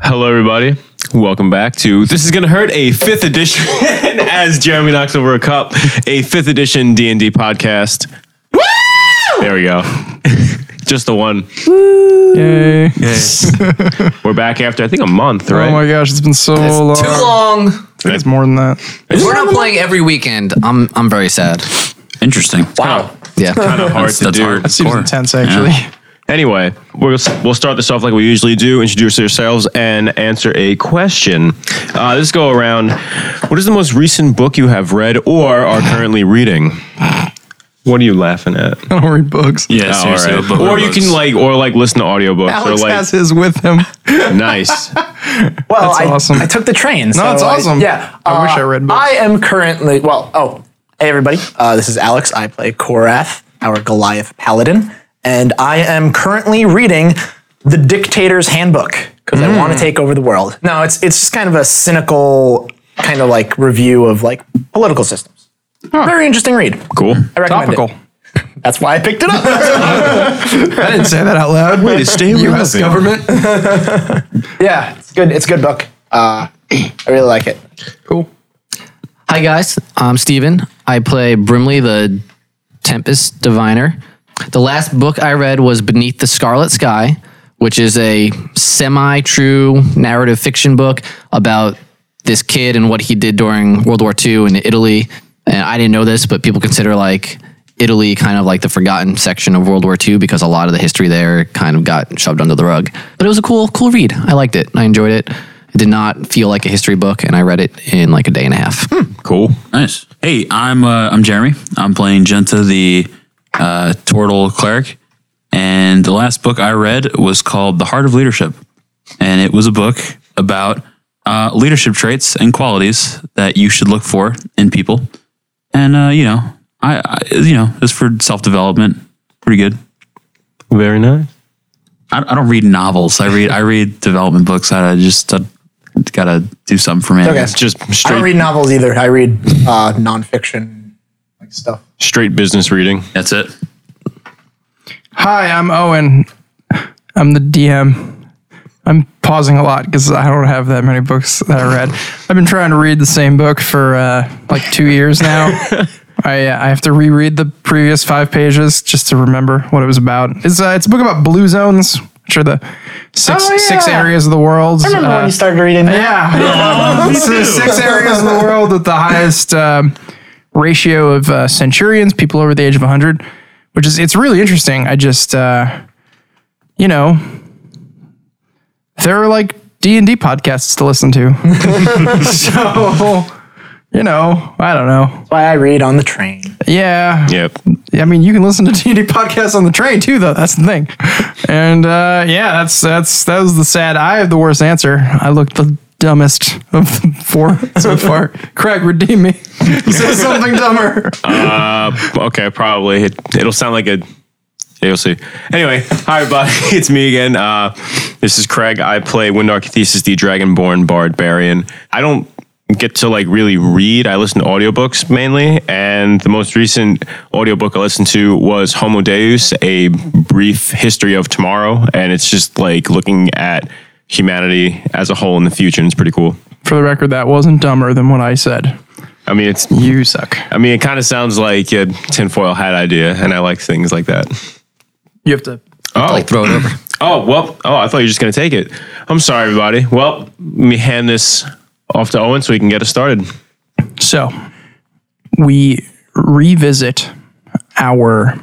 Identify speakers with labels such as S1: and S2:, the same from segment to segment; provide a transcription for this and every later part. S1: Hello, everybody. Welcome back to This is Gonna Hurt, a fifth edition, as Jeremy knocks over a cup, a fifth edition D&D podcast. There we go. Just the one.
S2: Yay.
S1: We're back after, I think, a month, right?
S2: Oh my gosh, it's been so long.
S3: Too long.
S2: I think it's more than that.
S3: We're not playing every weekend. I'm I'm very sad.
S4: Interesting.
S1: wow.
S3: Yeah.
S1: Kind of hard
S4: That's,
S1: to
S4: that's
S1: do.
S4: hard.
S2: That seems
S4: Or-
S2: intense,
S4: yeah.
S2: actually.
S1: Anyway, we'll, we'll start this off like we usually do introduce yourselves and answer a question. Uh, this go around. What is the most recent book you have read or are currently reading? What are you laughing at?
S2: I don't read books.
S4: Yeah,
S1: Oh,
S4: seriously.
S1: alright.
S4: but
S1: Or
S4: we're
S1: you
S4: bugs.
S1: can like, or like listen to audiobooks.
S2: Alex
S1: or like,
S2: has his with him.
S1: nice.
S5: Well,
S2: That's
S5: I,
S2: awesome.
S5: I took the train.
S2: No,
S5: so
S2: it's
S5: I-
S2: awesome.
S5: yeah, uh,
S2: I wish I read books.
S5: I am currently well. Oh, hey everybody. Uh, this is Alex. I play Korath, our Goliath paladin, and I am currently reading the Dictator's Handbook because I
S2: Mm.
S5: want to take over the world. No, it's it's just kind of a cynical kind of like review of like political systems. Very interesting read.
S1: Cool.
S5: I recommend
S2: Topical.
S5: it. That's why I picked it up.
S2: I didn't say that out loud. Wait,
S1: Stay
S2: U.S. government?
S5: yeah, it's good. It's a good book. Uh, I really like it.
S2: cool.
S3: Hi guys. I'm Steven. I play Brimley the Tempest Diviner. The last book I read was Beneath the Scarlet Sky, which is a semi-true narrative fiction book about this kid and what he did during World War II in Italy. And I didn't know this, but people consider like Italy kind of like the forgotten section of World War II because a lot of the history there kind of got shoved under the rug. But it was a cool, cool read. I liked it. I enjoyed it. It did not feel like a history book, and I read it in like a day and a half.
S1: Cool.
S4: Nice. Hey, I'm uh, I'm Jeremy. I'm playing Genta the uh, Tortle cleric, and the last book I read was called The Heart of Leadership, and it was a book about uh, leadership traits and qualities that you should look for in people, and uh, you know, I, I you know, it's for self development. Pretty good.
S1: Very nice.
S4: I, I don't read novels. I read I read development books. I just uh, gotta do something for me. I
S5: Okay.
S4: guess.
S1: Just
S5: I don't
S1: straight,
S5: read novels either. I read uh, nonfiction like stuff.
S1: straight business reading.
S4: That's it.
S2: Hi, I'm Owen. I'm the DM. I'm pausing a lot because I don't have that many books that I read. I've been trying to read the same book for uh, like two years now. I, uh, I have to reread the previous five pages just to remember what it was about. It's, uh, it's a book about blue zones, which are the six
S5: Oh, yeah.
S2: six areas of the world.
S5: I remember
S2: uh,
S5: when you started reading that.
S2: yeah. It's the six areas of the world with the highest um, ratio of uh, centurions, people over the age of 100, which is, it's really interesting. I just, uh, you know, there are like D&D podcasts to listen to. so, you know, I don't know.
S5: That's why I read on the train.
S2: Yeah.
S1: Yep.
S2: I mean, you can listen to D&D podcasts on the train too, though. That's the thing. And uh, yeah, that's that's that was the sad. I have the worst answer. I looked the dumbest of the four so far. Craig, redeem me. Say something dumber.
S1: Okay, probably. It, it'll sound like a. yeah, You'll see. Anyway, hi everybody. It's me again. Uh, this is Craig. I play Windar Thesis, the Dragonborn Bard Barian. I don't get to like really read. I listen to audiobooks mainly, and the most recent audiobook I listened to was Homo Deus: A Brief History of Tomorrow, and it's just like looking at humanity as a whole in the future, and it's pretty cool.
S2: For the record, that wasn't dumber than what I said.
S1: I mean, it's.
S2: You suck.
S1: I mean, it kind of sounds like a tinfoil hat idea, and I like things like that.
S2: You have to.
S1: Oh,
S3: like throw it over.
S1: Oh, well, oh, I thought you were just going to take it. I'm sorry, everybody. Well, let me hand this off to Owen so we can get us started.
S2: So we revisit our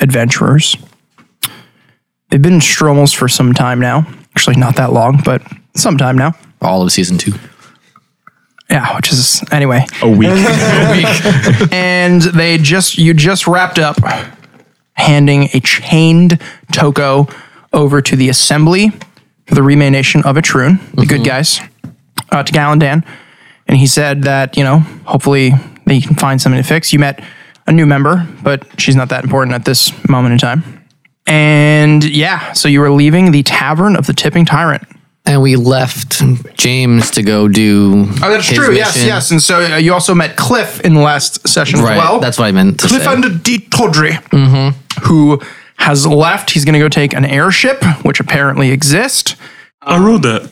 S2: adventurers. They've been in Stromels for some time now. Actually, not that long, but some time now.
S3: all of season two.
S2: Yeah, which is anyway.
S1: A week.
S2: and they just you just wrapped up handing a chained Toko over to the assembly for the remanation of Etrun, the good guys, uh, to Galandan. And he said that, you know, hopefully they can find something to fix. You met a new member, but she's not that important at this moment in time. And yeah, so you were leaving the tavern of the tipping tyrant.
S3: And we left James to go do.
S2: Oh, that's
S3: his
S2: true. Yes,
S3: mission.
S2: yes. And so uh, you also met Cliff in the last session
S3: Right.
S2: as well.
S3: that's what I meant. To say. Mm-hmm.
S2: Clifford D. Todry, who has left. He's going to go take an airship, which apparently exists.
S4: I wrote that.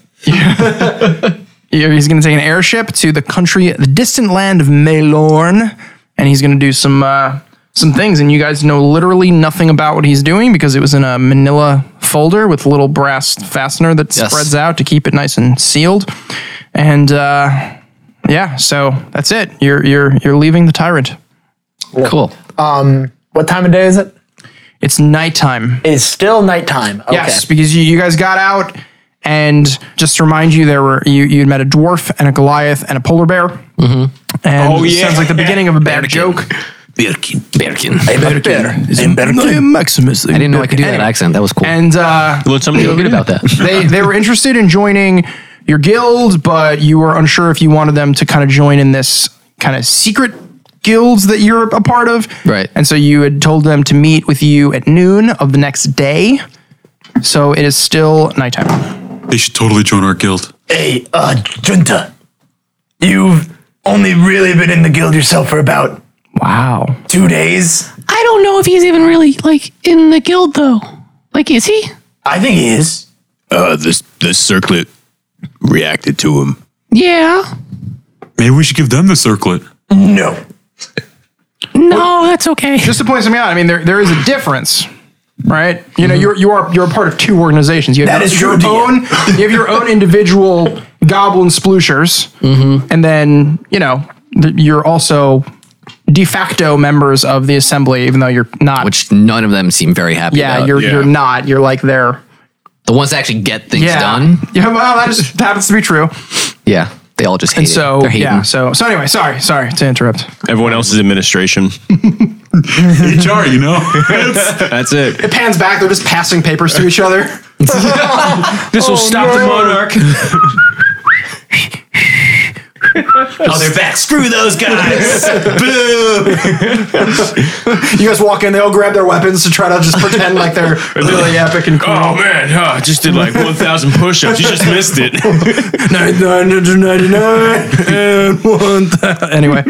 S2: Yeah, He's going to take an airship to the country, the distant land of Melorn, and he's going to do some uh, some things. And you guys know literally nothing about what he's doing because it was in a Manila folder with a little brass fastener that
S3: Yes.
S2: spreads out to keep it nice and sealed. And uh, yeah, so that's it. You're you're you're leaving the tyrant.
S3: Cool.
S5: What time of day is it?
S2: It's nighttime.
S5: It is still nighttime. Okay.
S2: Yes, because you, you guys got out, and just to remind you, there were you you had met a dwarf and a Goliath and a polar bear. Mm-hmm. And
S6: Oh,
S2: it
S6: yeah.
S2: sounds like the beginning of a bad joke.
S4: Birkin.
S3: Birkin.
S5: Hey,
S3: I
S5: Berkin. Hey, Berkin.
S2: Maximus. I
S3: didn't know I could do that accent. That was cool.
S2: And uh,
S6: Let somebody
S3: Feel good about that.
S2: they they were interested in joining your guild, but you were unsure if you wanted them to kind of join in this kind of secret guilds that you're a part of.
S3: Right.
S2: And so you had told them to meet with you at noon of the next day. So it is still nighttime.
S4: They should totally join our guild.
S5: Hey, uh, Junta. You've only really been in the guild yourself for about
S2: Wow.
S5: two days.
S7: I don't know if he's even really like in the guild though. Like, is he?
S5: I think he is.
S1: Uh, this this circlet reacted to him.
S7: Yeah.
S4: Maybe we should give them the circlet.
S5: No.
S7: No, that's okay.
S2: Just to point something out, I mean there there is a difference. Right, you know, you're you are you're a part of two organizations. You have
S5: That is
S2: Mm-hmm. your
S5: true,
S2: own, you have your own individual goblin splooshers, and then you know th- you're also de facto members of the assembly, even though you're not.
S3: which none of them seem very happy
S2: yeah,
S3: about.
S2: you're
S1: yeah.
S2: you're not. You're like there.
S3: the ones that actually get things
S2: Yeah,
S3: done.
S2: yeah. Well, that just happens to be true.
S3: Yeah, they all just hate
S2: And
S3: it.
S2: so
S3: They're hating.
S2: yeah. So so anyway, sorry, sorry to interrupt.
S6: Everyone else's administration.
S4: HR, you know?
S6: That's it.
S2: It pans back. They're just passing papers to each other.
S6: This will stop the monarch.
S1: Oh, they're back. Screw those guys. Boo.
S2: You guys walk in. They all grab their weapons to try to just pretend like they're really epic and cool.
S6: Oh man, huh, I just did like 1,000 push-ups. You just missed it.
S2: 999 anyway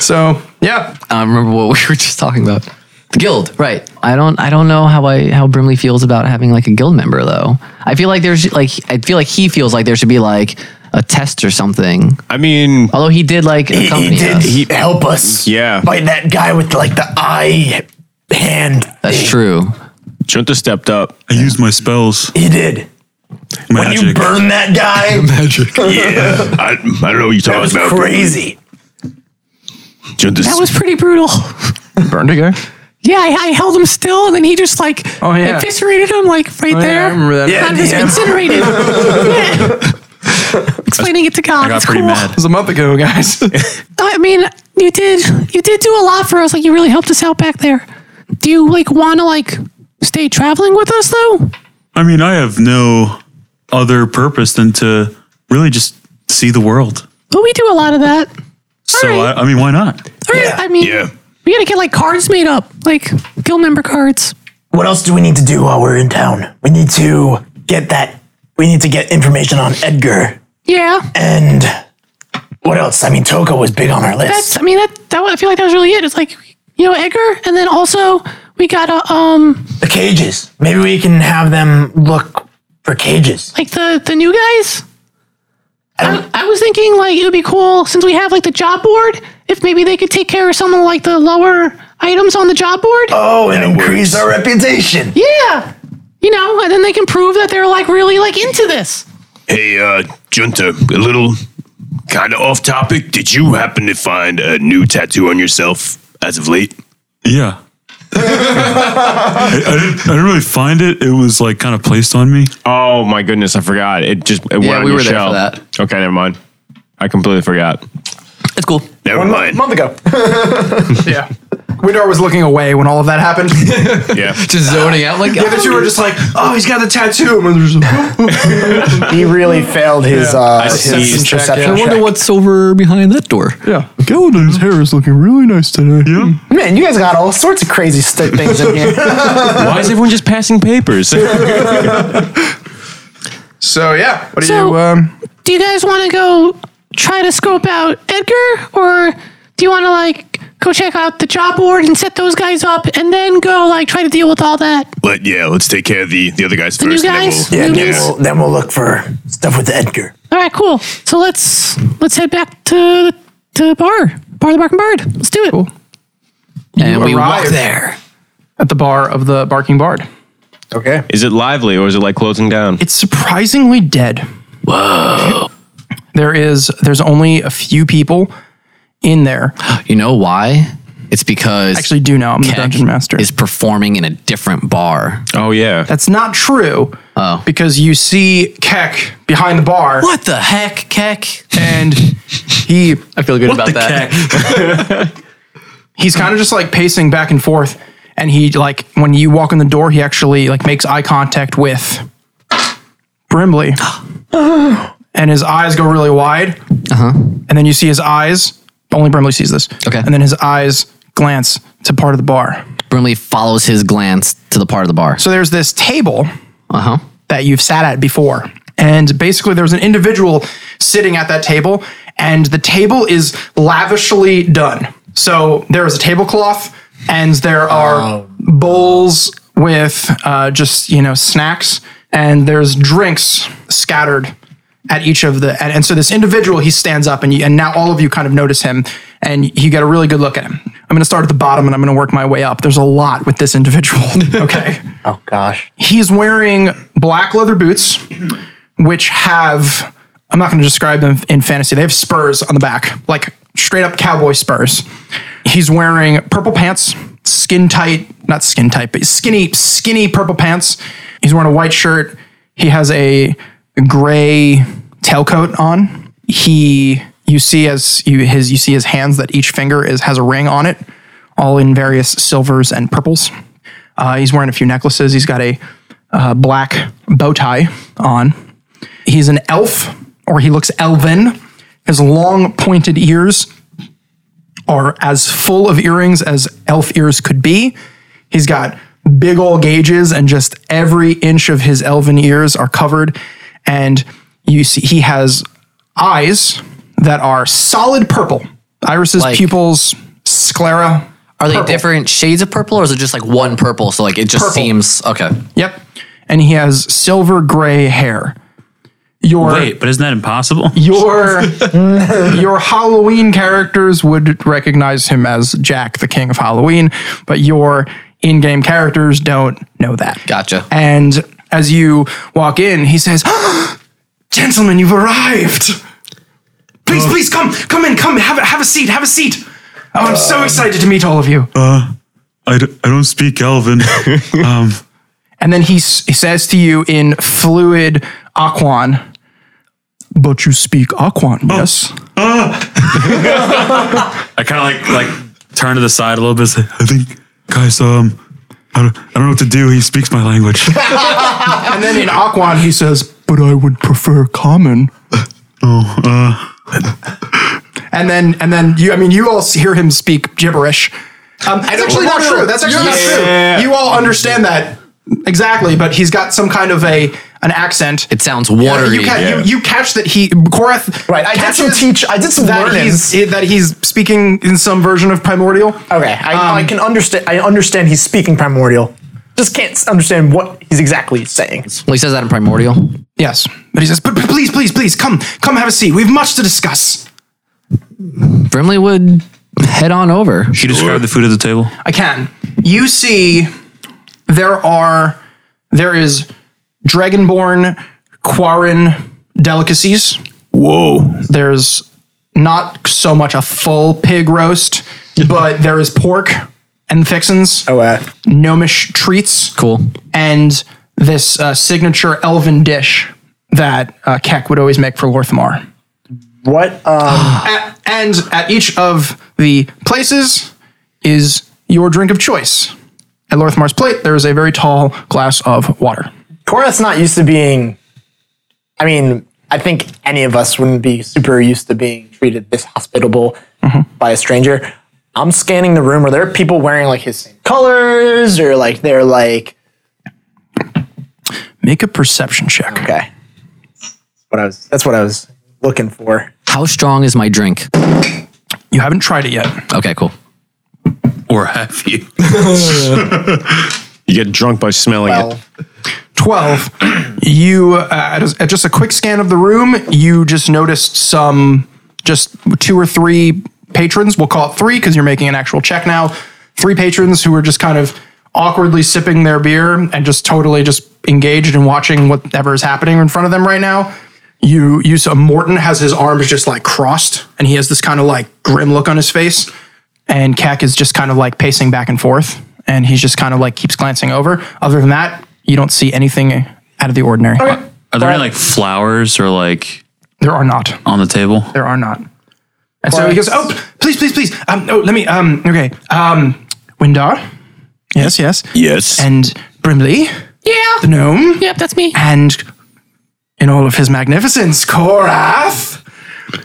S2: so yeah
S3: I don't Uh, remember what we were just talking about. The guild, right? I don't. I don't know how I how Brimley feels about having like a guild member though. I feel like there's like I feel like he feels like there should be like a test or something.
S6: I mean,
S3: Although he did like
S5: He,
S3: accompany
S5: he did
S3: us.
S5: he, help us.
S6: Yeah.
S5: By that guy with like the eye hand.
S3: That's true.
S6: Junta stepped up.
S4: I used my spells.
S5: He did. When
S4: Magic.
S5: you burn that guy,
S4: Magic.
S5: yeah,
S6: I, I don't know what you're
S5: that was
S6: talking about.
S5: crazy.
S6: Junta
S7: That was pretty brutal.
S2: burned a guy
S7: Yeah, I, I held him still, and then he just like
S2: Oh, yeah. Oh,
S7: eviscerated him like right
S2: yeah, I
S7: there.
S2: remember that.
S5: Yeah.
S7: I just
S5: DM.
S7: incinerated. Yeah. Explaining it to God.
S4: I got
S7: it's
S4: pretty
S7: cool.
S4: mad.
S2: was a month ago guys
S7: I mean, you did you did do a lot for us. Like you really helped us out back there. Do you like want to like stay traveling with us though?
S4: I mean, I have no other purpose than to really just see the world.
S7: But we do a lot of that.
S4: So,
S7: Alright.
S4: I, I mean, why not?
S7: Or,
S5: Yeah.
S7: I mean,
S1: Yeah.
S7: we gotta get like cards made up, like guild member cards.
S5: What else do we need to do while we're in town? We need to get that. We need to get information on Edgar
S7: Yeah,
S5: and what else? I mean, Toko was big on our list.
S7: that's. I mean, that that I feel like that was really it. It's like you know Edgar, and then also we gotta um
S5: the cages. Maybe we can have them look for cages.
S7: like the the new guys. I, I was thinking like it would be cool since we have like the job board if maybe they could take care of some of like the lower items on the job board.
S5: Oh, and increase our reputation.
S7: Yeah. You know, and then they can prove that they're like really like into this.
S1: Hey, uh, Junta, a little kind of off topic. Did you happen to find a new tattoo on yourself as of late?
S4: Yeah. I, I didn't, I didn't really find it. It was like kind of placed on me.
S6: Oh my goodness, I forgot. It just it went on
S3: we
S6: your
S3: were there
S6: shelf.
S3: for that.
S6: Okay, never mind. I completely forgot.
S3: That's cool.
S1: Never mind.
S2: Um,
S5: ago.
S2: yeah Windar was looking away when all of that happened. The
S1: Yeah.
S3: Just zoning out like
S2: other two were just like, "Oh, he's got the tattoo." And there's-
S5: He really failed his uh
S6: see.
S5: his perception.
S3: I wonder
S5: check.
S3: what's over behind that door.
S2: yeah, Gildan's hair is looking really nice today. Yeah,
S5: Man, you guys got all sorts of crazy st- things in here.
S6: Why is everyone just passing papers?
S2: So yeah, what do
S7: So-
S2: you? Um,
S7: Do you guys want to go try to scope out Edgar or do you want to like go check out the job board and set those guys up and then go like try to deal with all that?
S1: But yeah, let's take care of the, the other guys
S7: new
S1: first. and then
S7: guys?
S1: we'll-
S5: yeah,
S7: New
S5: then
S7: guys?
S5: we'll, then we'll look for Stuff with the Edgar.
S7: All right, cool. So let's let's head back to to bar, bar the barking bird. Let's do it.
S3: and we walk
S2: arrive.
S3: there.
S2: at the bar of the Barking Bard.
S5: Okay.
S6: Is it lively or is it like closing down?
S2: It's surprisingly dead. Whoa. There is there's only a few people in there. I
S3: You know why? It's because
S2: actually do know I'm the
S3: Keck
S2: dungeon master.
S3: is performing in a different bar.
S6: oh yeah.
S2: That's not true.
S3: Oh.
S2: Because you see Keck behind the bar
S3: What the heck, Keck?
S2: and he
S3: I feel good about that.
S2: he's kind of just like pacing back and forth and he like when you walk in the door he actually like makes eye contact with brimley and his eyes go really wide uh-huh. and then you see his eyes only brimley sees this
S3: Okay.
S2: and then his eyes glance to part of the bar
S3: Brimley follows his glance to the part of the bar.
S2: so there's this table
S3: Uh huh.
S2: that you've sat at before. And basically, there's an individual sitting at that table, and the table is lavishly done. So there is a tablecloth, and there are bowls with uh, just you know snacks, and there's drinks scattered at each of the. And, and so this individual, he stands up, and you, and now all of you kind of notice him, and you get a really good look at him. I'm going to start at the bottom, and I'm going to work my way up. There's a lot with this individual. Okay.
S5: Oh gosh.
S2: He's wearing black leather boots, which have, I'm not going to describe them in fantasy. They have spurs on the back, like straight up cowboy spurs. He's wearing purple pants, skin tight, not skin tight, but skinny, skinny purple pants. He's wearing a white shirt. He has a gray tailcoat on. He, you see as you, his, you see his hands that each finger is, has a ring on it, all in various silvers and purples. Uh, he's wearing a few necklaces. He's got a uh, black bow tie on. He's an elf, or he looks elven. His long pointed ears are as full of earrings as elf ears could be. He's got big old gauges, and just every inch of his elven ears are covered. And you see, he has eyes that are solid purple. Irises,
S3: Like-
S2: pupils, sclera.
S3: Are they
S2: Purple.
S3: different shades of purple, or is it just like one purple? So like it just
S2: Purple.
S3: seems okay.
S2: Yep. And he has silver gray hair. Your
S4: Wait, but isn't that impossible?
S2: your your Halloween characters would recognize him as Jack, the King of Halloween, but your in-game characters don't know that.
S3: Gotcha.
S2: And as you walk in, he says, "Gentlemen, you've arrived. Please, please come, come in, come have a, have a seat, have a seat. Oh, I'm so excited to meet all of you."
S8: I, d- I don't speak Elven.
S2: And then he, s- he says to you in fluid Aquan, but you speak Aquan, yes?
S4: I kind of like like turn to the side a little bit. Say,
S8: I think, guys, um, I don't, I don't know what to do. He speaks my language.
S2: And then in Aquan, he says, but I would prefer common.
S8: Oh, uh,
S2: And then, and then you, I mean, you all s- hear him speak gibberish. Um, that's actually not true. That's actually not true. You all understand that exactly, but he's got some kind of a an accent.
S3: It sounds watery.
S2: You, ca- you, you catch that he Korath.
S5: Right, I did some
S2: catches
S5: teach- I did some
S2: that
S5: learning.
S2: he's that he's speaking in some version of primordial.
S5: Okay. I,
S2: Um,
S5: I can understand. I understand he's speaking primordial. Just can't s- understand what he's exactly saying.
S3: well, he says that in primordial.
S2: Yes, but he says, "But but please, please, please, come, come, have a seat. We've much to discuss."
S3: Brimley would head on over.
S4: Can you describe the food at the table?
S2: I can. You see, there are there is dragonborn Quarren delicacies.
S1: Whoa.
S2: There's not so much a full pig roast, but there is pork and fixins,
S5: Oh, uh,
S2: gnomish treats,
S3: Cool.
S2: and this uh, signature elven dish that uh, Keck would always make for Lorthamar.
S5: what? Um,
S2: At, and at each of the places is your drink of choice. At Lorthmar's plate, there is a very tall glass of water.
S5: Korath's not used to being. I mean, I think any of us wouldn't be super used to being treated this hospitable by a stranger. I'm scanning the room. Are there people wearing like his same colors, or like they're like
S2: Make a perception check.
S5: okay? What I was. That's what I was looking for.
S3: How strong is my drink?
S2: You haven't tried it yet.
S3: Okay, cool.
S4: Or have you?
S6: You get drunk by smelling
S5: Well,
S6: it.
S2: 12. you uh, at a- at just a quick scan of the room you just noticed some just two or three patrons we'll call it three because you're making an actual check now three patrons who were just kind of awkwardly sipping their beer and just totally just engaged in watching whatever is happening in front of them right now you you so morton has his arms just like crossed and he has this kind of like grim look on his face and Kek is just kind of like pacing back and forth, and he's just kind of like keeps glancing over. Other than that, you don't see anything out of the ordinary.
S4: Are there any like flowers or like
S2: There are not.
S4: on the table?
S2: There are not. And so he goes, "Oh, please, please, please. Um, oh, let me. Um, okay. Um, Windar. Yes, yes.
S1: Yes.
S2: And Brimley,
S7: Yeah.
S2: the gnome,
S7: Yep, that's me.
S2: and in all of his magnificence, Korath."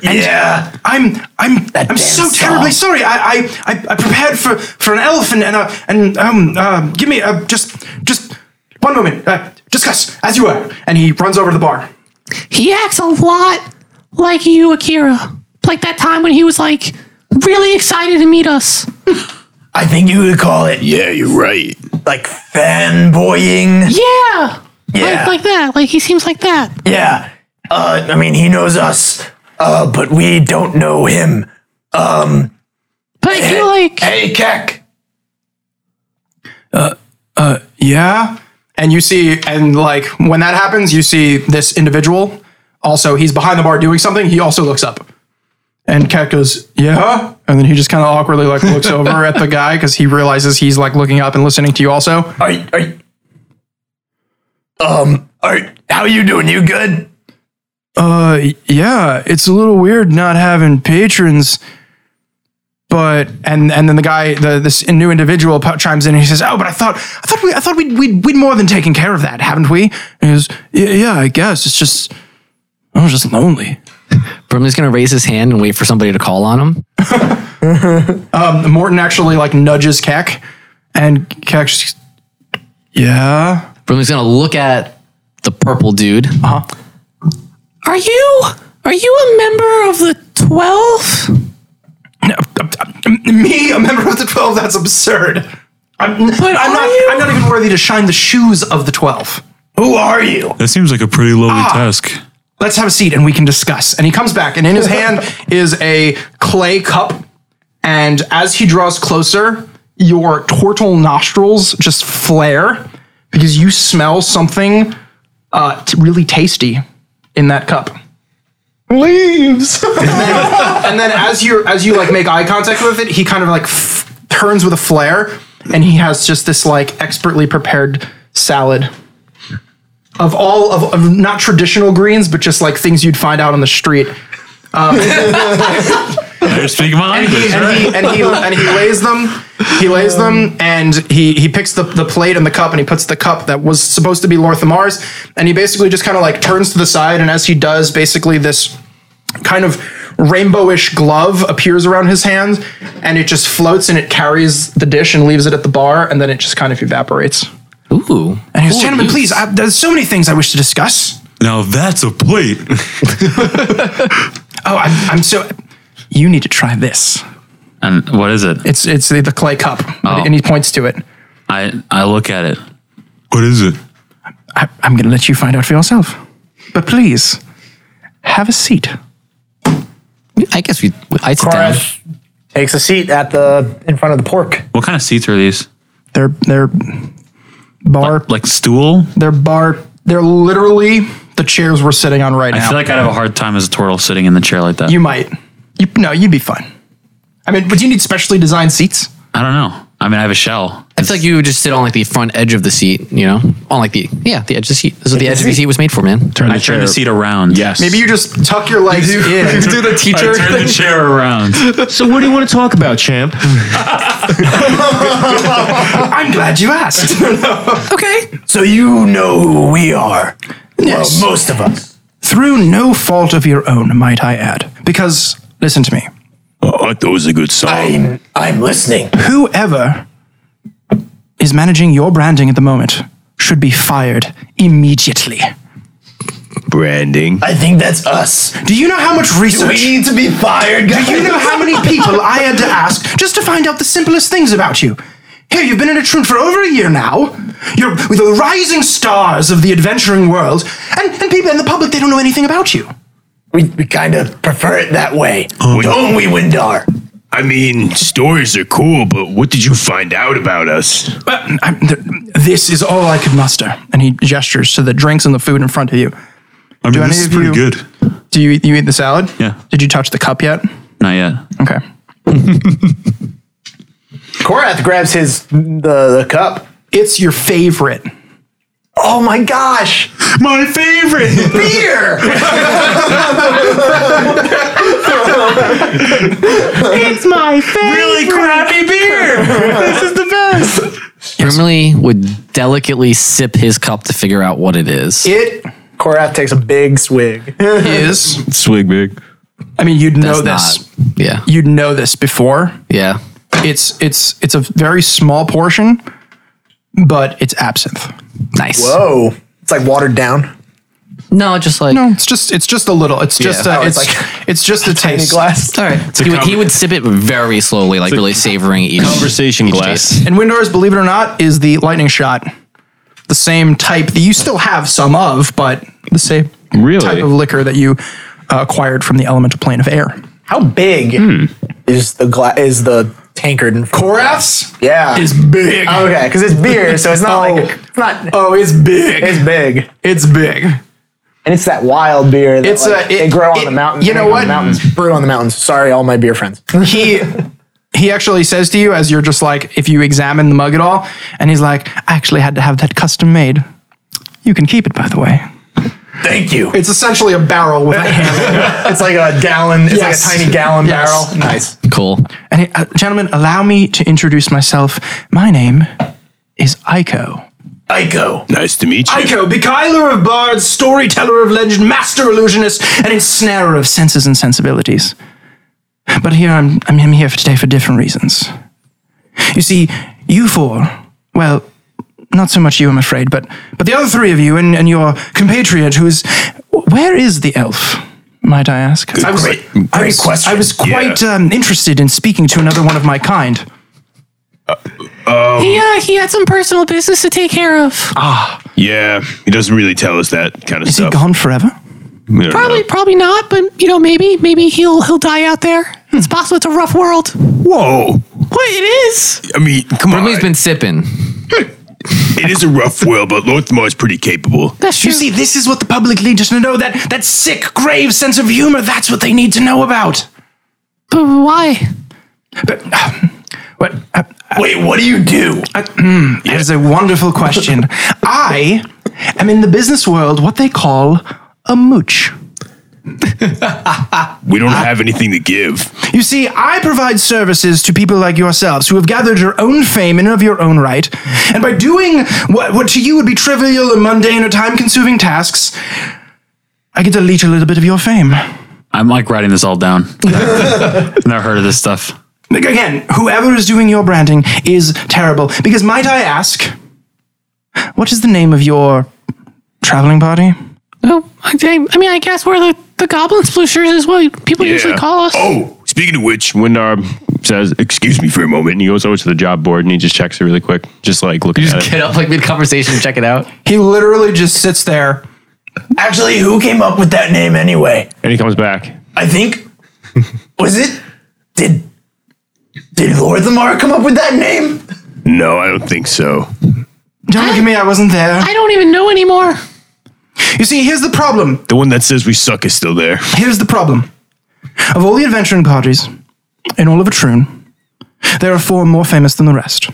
S5: Yeah.
S2: I'm I'm I'm so terribly sorry. I, I I I prepared for for an elf and and, uh, and um uh, give me uh, just just one moment. Uh, discuss as you were. And he runs over to the bar.
S7: He acts a lot like you, Akira. Like that time when he was like really excited to meet us.
S5: I think you would call it
S1: yeah, you're right.
S5: like fanboying.
S7: Yeah.
S5: Yeah.
S7: Like, like that. Like he seems like that.
S5: Yeah. Uh, I mean, he knows us, uh, but we don't know him.
S7: But I feel like
S5: Hey, Keck.
S2: Yeah. And you see, and like when that happens, you see this individual. Also, he's behind the bar doing something. He also looks up. And Kat goes, Yeah. And then he just kind of awkwardly like looks over at the guy because he realizes he's like looking up and listening to you also.
S5: Are you, are you, um, are, how you doing? You good?
S2: Uh, yeah, it's a little weird not having patrons, but and and then the guy, the this new individual po- chimes in and he says, "Oh, but I thought I thought we I thought we'd we'd, we'd more than taken care of that, haven't we?" And he goes, "Yeah, yeah, I guess it's just I was just lonely."
S3: Brimley's gonna raise his hand and wait for somebody to call on him.
S2: Morton actually like nudges Keck, and Keck, just, yeah,
S3: Brimley's gonna look at the purple dude.
S5: Uh-huh.
S7: Are you are you a member of the twelve?
S2: uh, me, a member of the twelve, that's absurd. I'm, I'm not
S7: are you-
S2: I'm not even worthy to shine the shoes of the twelve.
S5: Who are you?
S8: That seems like a pretty lowly task.
S2: let's have a seat and we can discuss. And he comes back, and in his hand is a clay cup. And as he draws closer, your tortle nostrils just flare because you smell something uh, t- really tasty in that cup. Leaves. and, then, and then as you as you like make eye contact with it, he kind of like f- turns with a flare, and he has just this like expertly prepared salad of all of, of not traditional greens, but just like things you'd find out on the street. Um,
S4: They're speaking my language.
S2: And he and he and he lays them. He lays them, and he he picks the, the plate and the cup, and he puts the cup that was supposed to be Lorthamar's, and he basically just kind of like turns to the side, and as he does, basically this kind of rainbowish glove appears around his hand, and it just floats and it carries the dish and leaves it at the bar, and then it just kind of evaporates.
S3: Ooh.
S2: And he goes, "Gentlemen, please, I, there's so many things I wish to discuss."
S8: Now that's a plate.
S2: Oh, I'm, I'm so. You need to try this.
S4: And what is it?
S2: It's it's the, the clay cup, and he points to it.
S4: I I look at it.
S8: What is it?
S2: I, I'm going to let you find out for yourself. But please, have a seat.
S3: I guess we I'd sit down.
S5: Korath takes a seat at the in front of the pork.
S4: What kind of seats are these?
S2: They're they're bar
S4: Like stool?
S2: they're bar they're literally the chairs we're sitting on right
S4: I
S2: now.
S4: feel like I'd have a hard time as a turtle sitting in the chair like that.
S2: you might. You, no, you'd be fine. I mean, but you need specially designed seats.
S4: I don't know. I mean, I have a shell.
S3: I feel like you would just sit on like the front edge of the seat, you know? On like the yeah, the edge of the seat. This is what the edge of the seat was made for, man. Turn
S4: I turn the seat around. Yes.
S2: Maybe you just tuck your legs in.
S6: do the teacher.
S4: turn the chair around.
S6: So what do you want to talk about, champ?
S2: I'm glad you asked.
S5: So you know who we are.
S2: Yes.
S5: Well, most of us.
S2: Through no fault of your own, might I add. Because listen to me.
S1: Oh, that was a good song.
S5: I'm I'm listening.
S2: whoever is managing your branding at the moment should be fired immediately.
S1: Branding.
S5: I think that's us.
S2: Do you know how much
S5: We
S2: research?
S5: need to be fired, guys.
S2: Do you know how many people I had to ask just to find out the simplest things about you? Here, you've been in a troon for over a year now. You're the rising stars of the adventuring world, and, and people in the public, they don't know anything about you.
S5: We, we kind of prefer it that way, don't we, Windar?
S1: I mean, stories are cool, but what did you find out about us?
S2: But I'm, th- this is all I could muster. And he gestures to the drinks and the food in front of you.
S8: I mean,
S2: any
S8: this is
S2: of
S8: pretty
S2: you-
S8: good.
S2: Do you, you eat the salad?
S4: Yeah.
S2: Did you touch the cup yet?
S4: Not yet.
S2: Okay.
S5: Korath grabs his the, the cup.
S2: It's your favorite.
S5: Oh my gosh!
S8: My favorite.
S5: Beer!
S7: It's my favorite.
S5: crappy beer! this is the best!
S3: Brimley would delicately sip his cup to figure out what it is.
S2: It
S5: Korath takes a big swig.
S2: is.
S4: Swig big.
S2: I mean, you'd know
S3: That's
S2: this.
S3: not- Yeah.
S2: You'd know this before.
S3: Yeah.
S2: It's it's it's a very small portion, but it's absinthe.
S3: Nice.
S5: Oh, it's like watered down.
S3: No, just like
S2: No, Mm, it's just it's just a little. It's just
S3: Yeah.
S2: uh,
S5: Oh,
S2: it's
S5: it's
S2: like
S5: like-
S2: it's just a taste.
S5: glass.
S3: All right. He would, he would sip it very slowly, like really savoring each
S6: Conversation glass.
S2: And Windor's, believe it or not, is the lightning shot. The same type that you still have some of, but the same type of
S6: Really?
S2: liquor that you uh, acquired from the elemental plane of air.
S5: How big
S8: Hmm.
S5: is the gla- is the tankard in front?
S2: Korath's
S5: Yeah.
S2: is big.
S5: okay, because it's beer, so it's not
S2: Oh.
S5: like a- it's not
S2: Oh, it's big.
S5: it's big.
S2: It's big.
S5: And it's that wild beer that
S2: It's
S5: like,
S2: a- it-
S5: they grow on
S2: it-
S5: the mountains.
S2: you know
S5: hang on
S2: what?
S5: The mountains, brew on the mountains. Sorry, all my beer friends.
S2: He he actually says to you as you're just like if you examine the mug at all, and he's like, I actually had to have that custom made. You can keep it, by the way.
S5: Thank you.
S2: It's essentially a barrel with a handle.
S5: It's like a gallon. It's
S2: Yes.
S5: like a tiny gallon
S2: Yes.
S5: barrel. Nice.
S3: Cool.
S2: And he- uh, gentlemen, allow me to introduce myself. My name is Iko.
S5: Ico.
S1: Nice to meet you.
S2: Iko, beguiler of bards, storyteller of legend, master illusionist, and ensnarer of senses and sensibilities. But here I'm, I'm I'm here for today for different reasons. You see, you four, well, not so much you, I'm afraid, but but the other three of you and, and your compatriot who is where is the elf? Might I ask? I was,
S1: Great,
S2: I
S1: great
S2: was-
S1: question.
S2: I was quite
S1: Yeah.
S2: um, interested in speaking to another one of my kind.
S7: He, uh, he had some personal business to take care of.
S1: Yeah, he doesn't really tell us that kind of
S2: Is he
S1: stuff.
S2: gone forever?
S1: We don't
S7: Probably,
S1: know.
S7: probably not. But you know, maybe, maybe he'll he'll die out there. It's possible. It's a rough world.
S1: Whoa!
S7: What it is?
S1: Oh. I mean, come
S3: Brimley's
S1: on.
S3: been sipping.
S1: it is a rough world, but Lorthmar's pretty capable.
S7: That's true.
S2: You see, this is what the public needs to know. That that sick, grave sense of humor. That's what they need to know about.
S7: but why?
S2: But what? Uh,
S1: Wait, what do you do?
S2: that is a wonderful question. I am in the business world what they call a mooch.
S1: We don't have anything to give.
S2: You see, I provide services to people like yourselves who have gathered your own fame and of your own right. And by doing what, what to you would be trivial and mundane or time consuming tasks, I get to leech a little bit of your fame.
S4: I'm like writing this all down. Never heard of this stuff.
S2: Again, whoever is doing your branding is terrible. Because might I ask, what is the name of your traveling party?
S7: Oh, I, I mean, I guess we're the the goblin splooshers is what people usually
S1: Yeah.
S7: call us.
S1: Oh, speaking of which, Windar says, "Excuse me for a moment," and he goes over to the job board and he just checks it really quick, just like looking at it.
S3: Get up like mid conversation, check it out.
S2: He literally just sits there.
S5: Actually, who came up with that name anyway?
S1: And he comes back.
S5: I think was it did did Lord Lamar come up with that name?
S1: No, I don't think so.
S2: Don't look at me, I wasn't there.
S7: I don't even know anymore.
S2: You see, here's the problem.
S1: The one that says we suck is still there.
S2: Here's the problem. Of all the adventuring parties in all of Atrun, there are four more famous than the rest.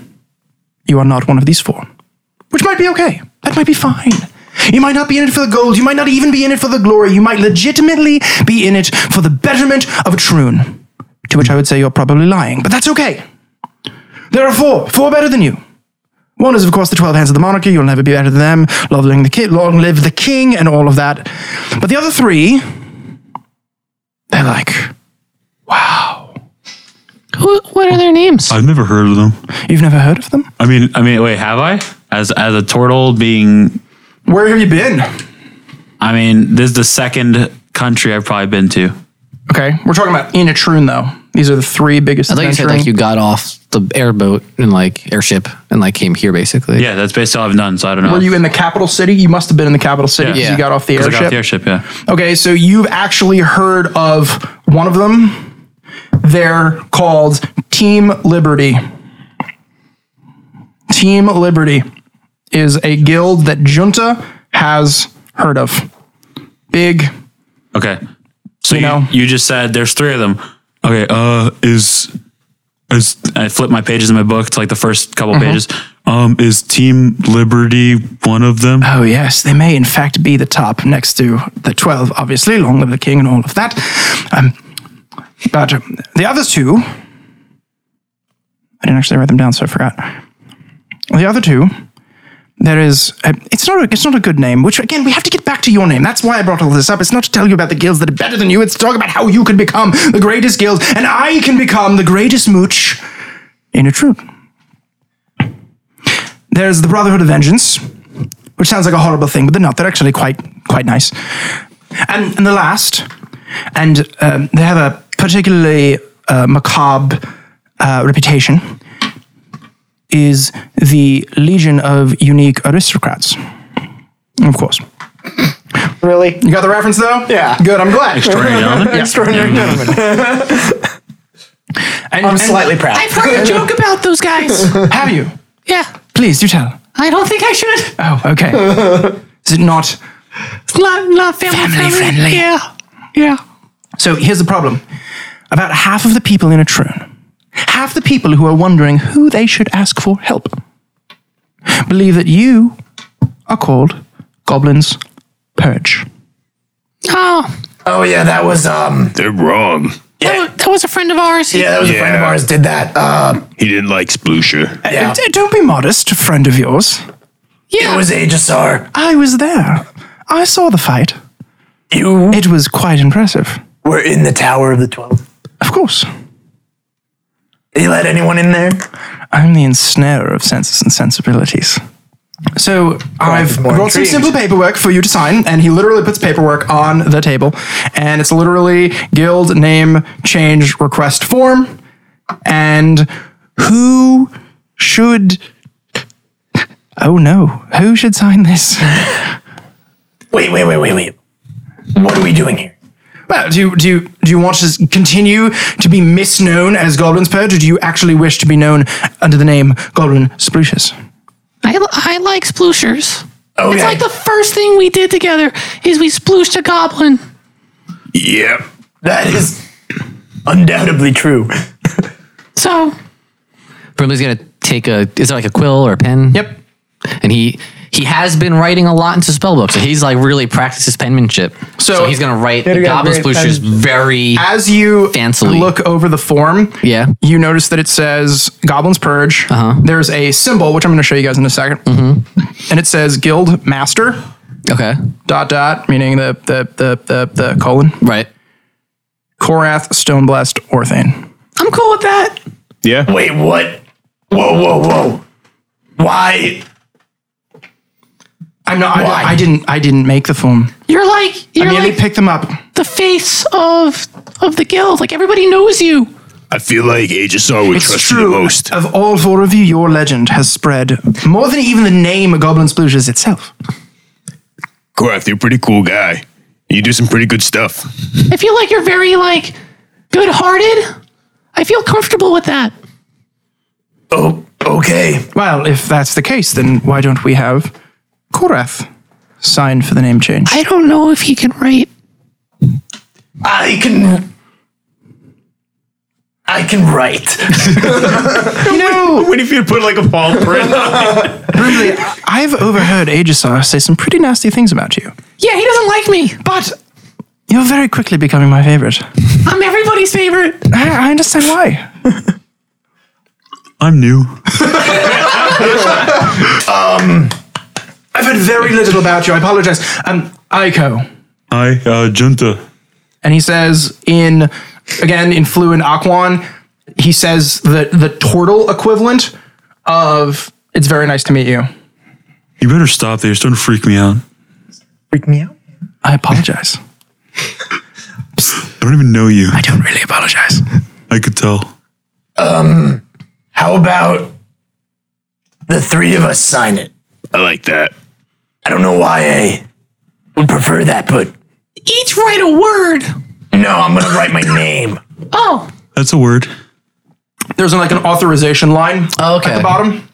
S2: You are not one of these four. Which might be okay. That might be fine. You might not be in it for the gold. You might not even be in it for the glory. You might legitimately be in it for the betterment of Atrun. To which I would say you're probably lying, but that's okay. There are four, four better than you. One is, of course, the Twelve Hands of the Monarchy. You'll never be better than them. Long live the, ki- long live the king, and all of that. But the other three, they're like,
S7: Who, what are their names?
S8: I've never heard of them.
S2: You've never heard of them?
S8: I mean,
S4: I mean, wait, have I? As as a turtle being,
S2: Where have you been?
S4: I mean, this is the second country I've probably been to.
S2: Okay, we're talking about Inatrun, though. These are the three biggest
S3: I thought you said like you got off the airboat and like airship and like came here basically.
S4: Yeah, that's based all I've done, so I don't know.
S2: Were you in the capital city? You must have been in the capital city
S4: Yeah.
S2: because
S3: Yeah.
S2: you got off the
S4: 'Cause I got
S2: airship.
S4: the airship, yeah.
S2: Okay, so you've actually heard of one of them. They're called Team Liberty. Team Liberty is a guild that Junta has heard of. Big,
S4: Okay. So you,
S2: know.
S4: you just said there's three of them. Okay, uh
S8: Is is
S4: I flipped my pages in my book to like the first couple pages.
S8: um is Team Liberty one of them?
S2: Oh, yes, they may in fact be the top next to the 12, obviously. Long live the king and all of that. Um, but um, the other two, I didn't actually write them down, so I forgot. The other two, there is, a, it's, not a, it's not a good name, which again, we have to get back to your name. That's why I brought all this up. It's not to tell you about the guilds that are better than you, it's to talk about how you can become the greatest guild, and I can become the greatest mooch in a troop. There's the Brotherhood of Vengeance which sounds like a horrible thing, but they're not. They're actually quite quite nice. And and the last, and um, they have a particularly uh, macabre uh, reputation, is the Legion of Unique Aristocrats. Of course,
S5: Really?
S2: you got the reference though.
S5: Yeah.
S2: good. I'm glad.
S4: Extraordinary gentleman?
S5: Extraordinary gentleman.
S2: And,
S5: I'm
S2: and-
S5: slightly proud.
S7: I've heard a joke about those guys.
S2: Have you?
S7: Yeah,
S2: Please do tell.
S7: I don't think I should.
S2: Oh, okay. is it not?
S7: It's not not family,
S2: Family
S7: friendly.
S2: friendly.
S7: Yeah, yeah.
S2: So here's the problem. About half of the people in a troon, half the people who are wondering who they should ask for help, believe that you are called Goblin's Purge.
S7: Oh,
S5: Oh yeah, that was um
S1: They're wrong.
S7: that, wa- that was a friend of ours.
S5: yeah, that was a friend of
S1: Yeah.
S5: ours did that. Uh,
S1: He didn't like Splusher.
S5: yeah.
S2: D- Don't be modest, friend of yours.
S5: It was Aegisar.
S2: I was there. I saw the fight.
S5: You
S2: It was quite impressive.
S5: were in the Tower of the Twelve.
S2: Of course.
S5: Did you let anyone in there?
S2: I'm the ensnarer of senses and sensibilities. So I've
S5: more
S2: brought some
S5: intrigued.
S2: simple paperwork for you to sign, and he literally puts paperwork on the table, and it's literally guild name change request form, and who should? Oh no, who should sign this?
S5: Wait, wait, wait, wait, wait. What are we doing here?
S2: Well, do you, do you, do you want to s- continue to be misknown as Goblin's Purge, or do you actually wish to be known under the name Goblin Sprucius?
S7: I, li- I like splooshers.
S5: Okay.
S7: It's like the first thing we did together is we splooshed a goblin.
S1: Yep.
S5: that is undoubtedly true.
S7: So
S3: Brimley's gonna take a is it like a quill or a pen?
S2: Yep.
S3: And he he has been writing a lot into spell books. So he's like really practiced his penmanship. So,
S2: So-
S3: he's gonna write
S2: There
S3: the
S2: you go,
S3: goblin
S2: great
S3: splooshers very
S2: as you
S3: Fancily.
S2: look over the form,
S3: Yeah.
S2: you notice that it says Goblin's Purge. Uh-huh. There's a symbol, which I'm going to show you guys in a 2nd
S7: Mm-hmm.
S2: and it says Guild Master
S3: Okay.
S2: dot dot, meaning the the the the, the colon
S3: Right.
S2: Korath Stoneblast Orthane.
S7: I'm cool with that.
S1: Yeah.
S5: Wait, what? Whoa, whoa, whoa. Why?
S2: I'm not. I, I didn't. I didn't make the form.
S7: You're like
S2: I
S7: you're
S2: merely
S7: like
S2: picked them up.
S7: the face of of the guild. Like everybody knows you.
S1: I feel like Aegisar would
S2: It's
S1: trust
S2: true.
S1: you the most.
S2: Of all four of you, your legend has spread more than even the name of Goblin Spluges itself.
S1: Korath, you're a pretty cool guy. You do some pretty good stuff.
S7: I feel like you're very like good-hearted. I feel comfortable with that.
S5: Oh, okay.
S2: Well, if that's the case, then why don't we have Korath signed for the name change?
S7: I don't know if he can write.
S5: I can. I can write.
S2: you know,
S1: What if you put like a palm print?
S2: Brimley, I've overheard Aegisar say some pretty nasty things about you,
S7: Yeah, he doesn't like me, but
S2: you're very quickly becoming my favorite.
S7: I'm everybody's favorite.
S2: I, I understand why.
S8: I'm new.
S2: I've heard very little about you. I apologize. Um, Aiko.
S8: Hi, uh Junta.
S2: And he says in, again, in fluent Aquan, he says the, the turtle equivalent of, it's very nice to meet you.
S8: You better stop there. You're starting to freak me out.
S5: Freak me out.
S2: I apologize.
S8: I don't even know you.
S2: I don't really apologize.
S8: I could tell.
S5: How about the three of us sign it?
S1: I like that.
S5: I don't know why I would prefer that, but
S7: Each write a word.
S5: no, I'm gonna write my name.
S7: Oh,
S8: That's a word.
S2: There's like an authorization line
S3: Oh, okay.
S2: at the bottom.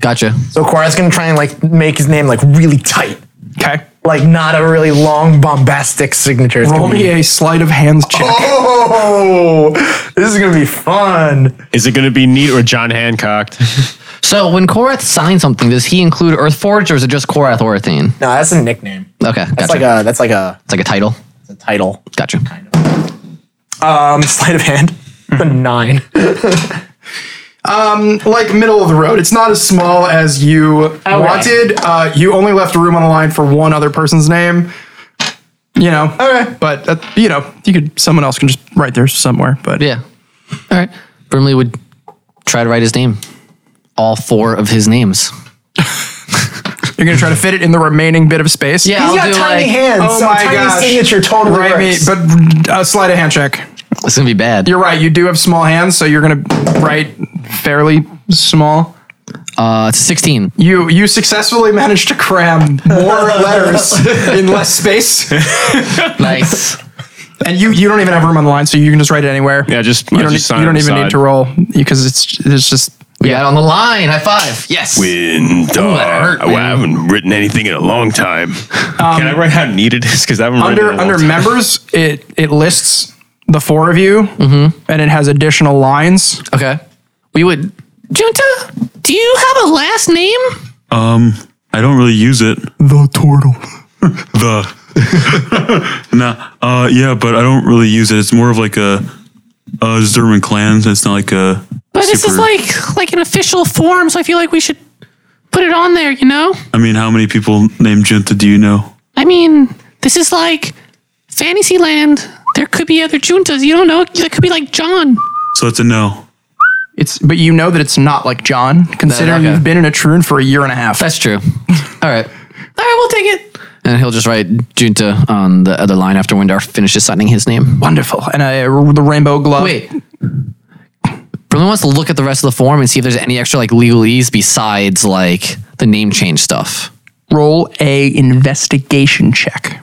S3: Gotcha.
S5: So Quara's gonna try and like make his name like really tight.
S2: Okay.
S5: Like not a really long bombastic signature. It's
S2: Roll
S5: gonna be-
S2: me a sleight of hands check.
S5: Oh, this is gonna be fun.
S6: Is it going to be neat or John Hancock?
S3: So when Korath signs something, does he include Earthforge or is it just Korath Orathine?
S5: No, that's a nickname.
S3: Okay, gotcha.
S5: That's like a that's like a,
S3: it's like a title.
S5: it's a title.
S3: Gotcha.
S5: Um, sleight of hand. The nine.
S2: Oh, like middle of the road. It's not as small as you wanted. Uh, you only left room on the line for one other person's name. You know. Okay. But uh, you know, you could someone else can just write there somewhere. But
S3: Yeah. All right. Brimley would try to write his name. All four of his names.
S2: you're gonna try to fit it in the remaining bit of space.
S3: Yeah, I'll do like,
S5: hands.
S2: Oh my gosh.
S5: totally
S2: Right, me,
S5: works.
S2: but uh, slide a hand check.
S3: It's gonna be bad.
S2: You're right. You do have small hands, so you're gonna write fairly small.
S3: Uh, it's sixteen.
S2: You you successfully managed to cram more letters in less space,
S3: Nice.
S2: and you you don't even have room on the line, so you can just write it anywhere.
S6: Yeah, just-
S2: you
S6: I
S2: don't,
S6: just
S2: need-
S6: sign
S2: you don't
S6: on the
S2: even need
S6: side.
S2: to roll because it's it's just
S3: We got on the line. High five. Yes.
S1: In
S3: that hurt,
S1: uh, I, I
S3: man. Um,
S1: haven't written anything in a long time.
S6: Can I write how neat it is? Because I haven't
S2: under
S6: written it in a long
S2: under
S6: time.
S2: members it it lists the four of you
S6: Mm-hmm.
S2: and it has additional lines.
S3: Okay. We would.
S7: Junta, do you have a last name?
S8: Um, I don't really use it.
S2: The turtle.
S8: The. nah. Uh, yeah, but I don't really use it. It's more of like a, a German clan. It's not like a.
S7: But this is
S8: super-
S7: like like an official form, so I feel like we should put it on there. You know,
S8: I mean, how many people named Junta do you know?
S7: I mean, this is like Fantasyland. There could be other juntas. You don't know. There could be like John.
S8: So that's a no.
S2: It's but you know that it's not like John, considering
S3: okay.
S2: you've been in a troon for a year and a half.
S3: That's true. All right.
S7: All right, we'll take it.
S3: And he'll just write Junta on the other line after Windar finishes signing his name.
S2: wonderful. And uh, the rainbow glove.
S3: Wait. Brimley wants to look at the rest of the form and see if there's any extra like legalese besides like the name change stuff.
S2: roll a investigation check.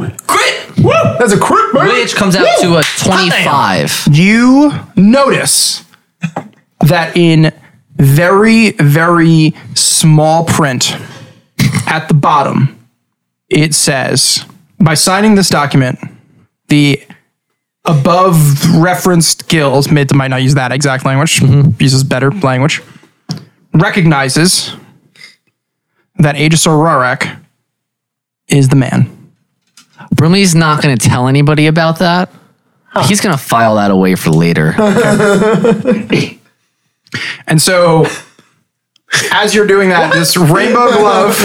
S5: That's a crit,
S3: Which comes out to a 25.
S2: You notice that in very, very small print at the bottom, it says by signing this document, the above referenced guild, may might not use that exact language, uses better language, recognizes that Aegisor Rarak is the man.
S3: Brimley's not going to tell anybody about that. He's going to file that away for later.
S2: And so, as you're doing that, this rainbow glove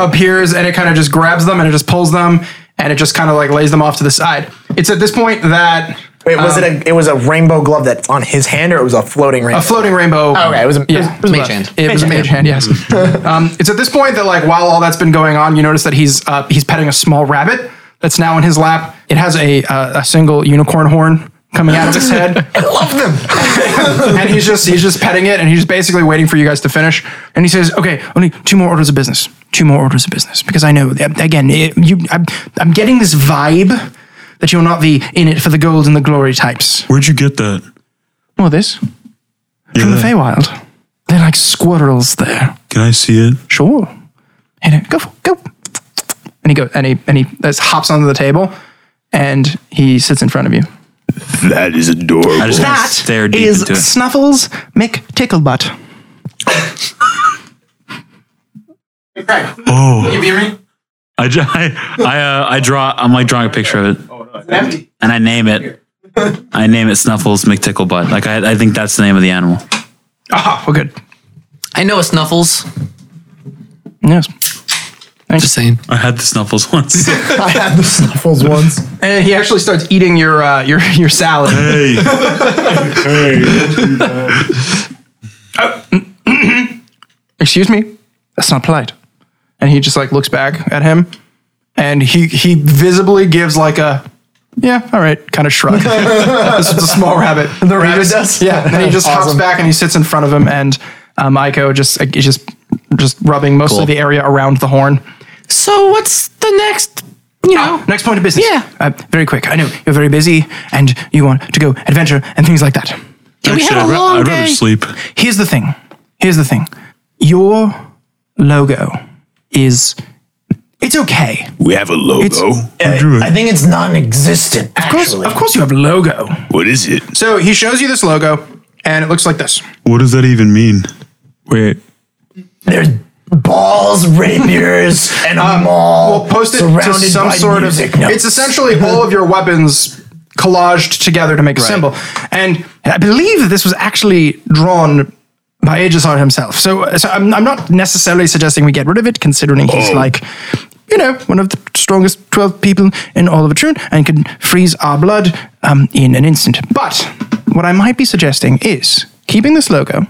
S2: appears and it kind of just grabs them and it just pulls them and it just kind of like lays them off to the side. It's at this point that
S5: Wait, was it a it was a rainbow glove that's on his hand or it was a floating rainbow?
S2: Um, a floating rainbow.
S5: okay, it was a it was-
S2: Yeah,
S5: it
S2: was
S5: was
S2: a
S3: Mage
S5: a-
S3: hand.
S2: It was a mage hand, yes. um, it's at this point that, like, while all that's been going on, you notice that he's uh, he's petting a small rabbit that's now in his lap. It has a uh, a single unicorn horn coming out of its head. I love them. and he's just he's just petting it, and he's basically waiting for you guys to finish. And he says, "Okay, only two more orders of business. Two more orders of business, because I know again, it, you, I'm, I'm getting this vibe." That you're not the in it for the gold and the glory types.
S8: Where'd you get that?
S2: Well, this
S8: Yeah.
S2: from the Feywild. They're like squirrels there.
S8: Can I see it?
S2: Sure. And go, for- go. And he goes, and he, and he just hops onto the table and he sits in front of you.
S1: That is adorable.
S4: I just wanna stare deep into it.
S2: Snuffles McTicklebutt.
S8: Oh,
S2: You hear me?
S4: I, ju- I, I, uh, I draw. I'm like drawing a picture of it, and I name it. I name it Snuffles McTicklebutt. Like I, I think that's the name of the animal.
S2: Aha, well, good.
S3: I know it's Snuffles.
S2: Yes.
S3: Just saying.
S8: I had the Snuffles once.
S5: I had the snuffles once.
S2: And he actually starts eating your, uh, your, your salad.
S8: hey,
S2: Oh, Excuse me? That's not polite. And he just like looks back at him and he, he visibly gives like a, yeah, all right, kind of shrug. this is a small rabbit. The
S5: rabbit does?
S2: Yeah, and then he just hops
S5: Awesome.
S2: back and he sits in front of him, and um, Aiko just is just just rubbing mostly the area around the horn.
S7: So what's the next? You know,
S2: Ah, Next point of business.
S7: Yeah.
S2: uh, very quick. I know you're very busy, and you want to go adventure and things like that.
S7: we had a
S8: I'd, ra-
S7: long
S8: I'd rather
S7: day.
S8: sleep.
S2: Here's the thing. Here's the thing. Your logo is it's okay.
S1: We have a logo.
S5: I think it's non-existent.
S2: Of course,
S5: Actually,
S2: of course you have a logo.
S1: what is it?
S2: So he shows you this logo, and it looks like this.
S8: What does that even mean?
S4: Wait,
S5: there's balls, rapiers, and a mall.
S2: Uh, We'll post it to
S5: surrounded
S2: some
S5: by
S2: sort
S5: music
S2: of.
S5: notes.
S2: It's essentially all of your weapons collaged together to make a symbol, and I believe that this was actually drawn by Aegisar himself. So, so I'm, I'm not necessarily suggesting we get rid of it, considering he's
S5: Oh.
S2: like. You know, one of the strongest 12 people in all of Atrun and can freeze our blood um, in an instant. But what I might be suggesting is keeping this logo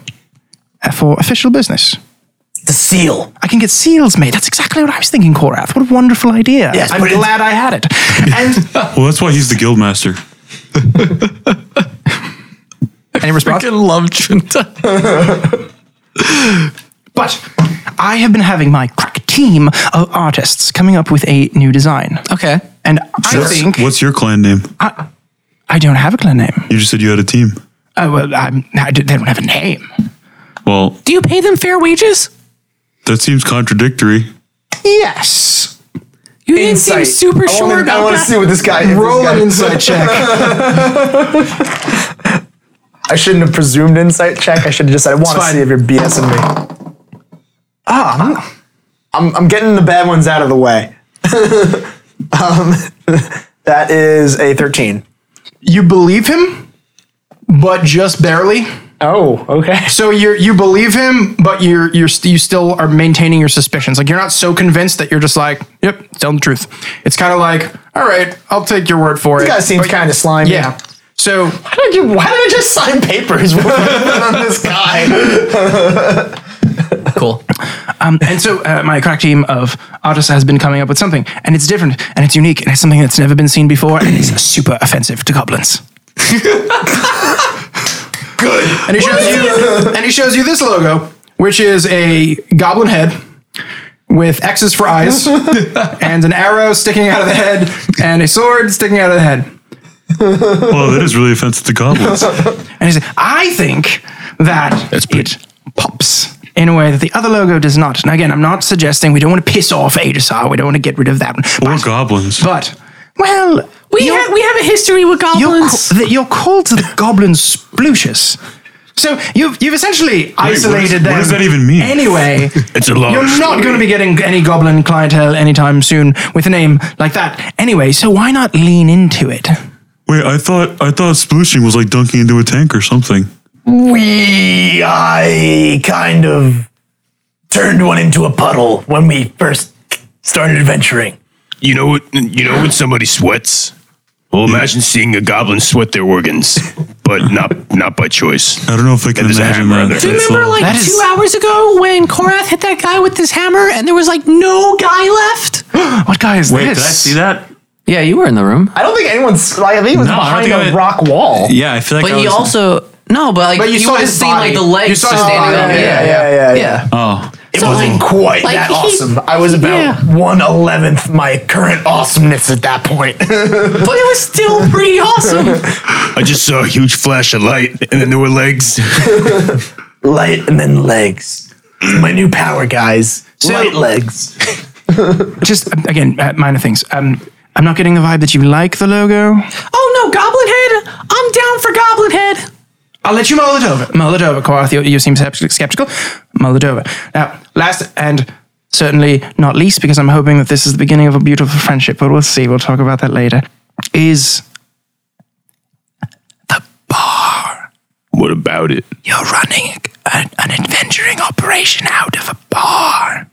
S2: for official business.
S5: the seal.
S2: I can get seals made. That's exactly what I was thinking, Korath. What a wonderful idea.
S5: Yes,
S2: I'm
S5: but it's-
S2: glad I had it. And
S8: Well, that's why he's the guild master.
S2: any response?
S3: love Junta.
S2: But I have been having my crack team of artists coming up with a new design.
S3: Okay.
S2: And I
S8: What's-
S2: think
S8: What's your clan name?
S2: I don't have a clan name.
S8: You just said you had a team.
S2: Oh, well, I'm, I do- they don't have a name.
S8: Well,
S7: do you pay them fair wages?
S8: that seems contradictory.
S2: Yes.
S7: You didn't seem super
S2: Oh,
S7: sure about that.
S5: what this guy.
S2: Roll an insight check.
S5: I shouldn't have presumed insight check. I should have just said I want to
S2: fine. Ah,
S5: see if you're BSing me. Ah, I'm, I'm I'm getting the bad ones out of the way. um, that is a 13.
S2: You believe him, but just barely.
S5: Oh, okay.
S2: So you you believe him, but you're you're st- you still are maintaining your suspicions. Like you're not so convinced that you're just like, yep, telling the truth. It's kind of like, all right, I'll take your word for it.
S5: This guy seems
S2: But-
S5: kind of slimy.
S2: yeah. So
S5: Why did, you, why did I just sign papers with on this guy?
S3: Cool.
S2: um, and so uh, my crack team of artists has been coming up with something, and it's different, and it's unique, and it's something that's never been seen before, and it's super offensive to goblins. Good. And he shows you, and he shows you this logo, which is a goblin head. With X's for eyes, and an arrow sticking out of the head, and a sword sticking out of the head.
S8: Well, that is really offensive to goblins.
S2: And he said, I think that it pops in a way that the other logo does not. And again, I'm not suggesting we don't want to piss off Adasar. We don't want to get rid of that one.
S8: Or
S2: But,
S8: goblins.
S2: but well,
S7: We
S2: you're-
S7: have we have a history with
S2: you're,
S7: goblins.
S2: ca- that you're called the Goblin Splucius. So you've, you've essentially isolated them.
S8: what does that even mean? Oh,
S2: Anyway,
S1: It's a long
S2: you're not
S1: story.
S2: going to be getting any goblin clientele anytime soon with a name like that. Anyway, so why not lean into it?
S8: Wait, I thought I thought splooshing was like dunking into a tank or something.
S5: We, I kind of turned one into a puddle when we first started adventuring.
S1: You know what? You know when somebody sweats. Well, imagine seeing a goblin sweat their organs, but not not by choice.
S8: I don't know if I can
S1: there's a
S8: imagine
S1: hammer
S8: that.
S1: in there.
S7: Do you
S8: That's
S7: remember
S8: all.
S7: like
S2: is-
S7: two hours ago when Korath hit that guy with his hammer and there was like no guy left?
S2: What guy is
S4: wait,
S2: this?
S4: did I see that?
S3: Yeah, you were in the room.
S5: I don't think anyone's. Like, I think it was
S4: No, I don't
S5: behind
S4: think
S5: a
S4: I would-
S5: rock wall.
S4: Yeah, I feel like. I
S3: But he
S4: was,
S3: also no, but like
S2: But you
S3: you,
S2: saw
S3: would have
S2: his
S3: seen
S2: body.
S3: like the legs
S2: You saw
S3: just
S2: his
S3: standing
S2: body.
S3: up.
S2: Yeah,
S5: yeah, yeah, yeah.
S3: yeah.
S4: Oh,
S5: It wasn't quite
S7: like,
S5: that
S7: he-
S5: awesome. I was about
S7: yeah.
S5: one eleventh my current awesomeness at that point.
S7: But it was still pretty awesome.
S1: I just saw a huge flash of light, and then there were legs.
S5: Light and then legs. It's my new power, guys. Light legs.
S2: just um, again uh, minor things um i'm not getting the vibe that you like the logo
S7: Oh no, Goblin Head! I'm down for Goblin Head.
S2: i'll let you mull it over mull it over Korath. You, you seem sep- skeptical mull it over now last and certainly not least because i'm hoping that this is the beginning of a beautiful friendship but we'll see we'll talk about that later is
S1: What about it?
S2: you're running an, an adventuring operation out of a bar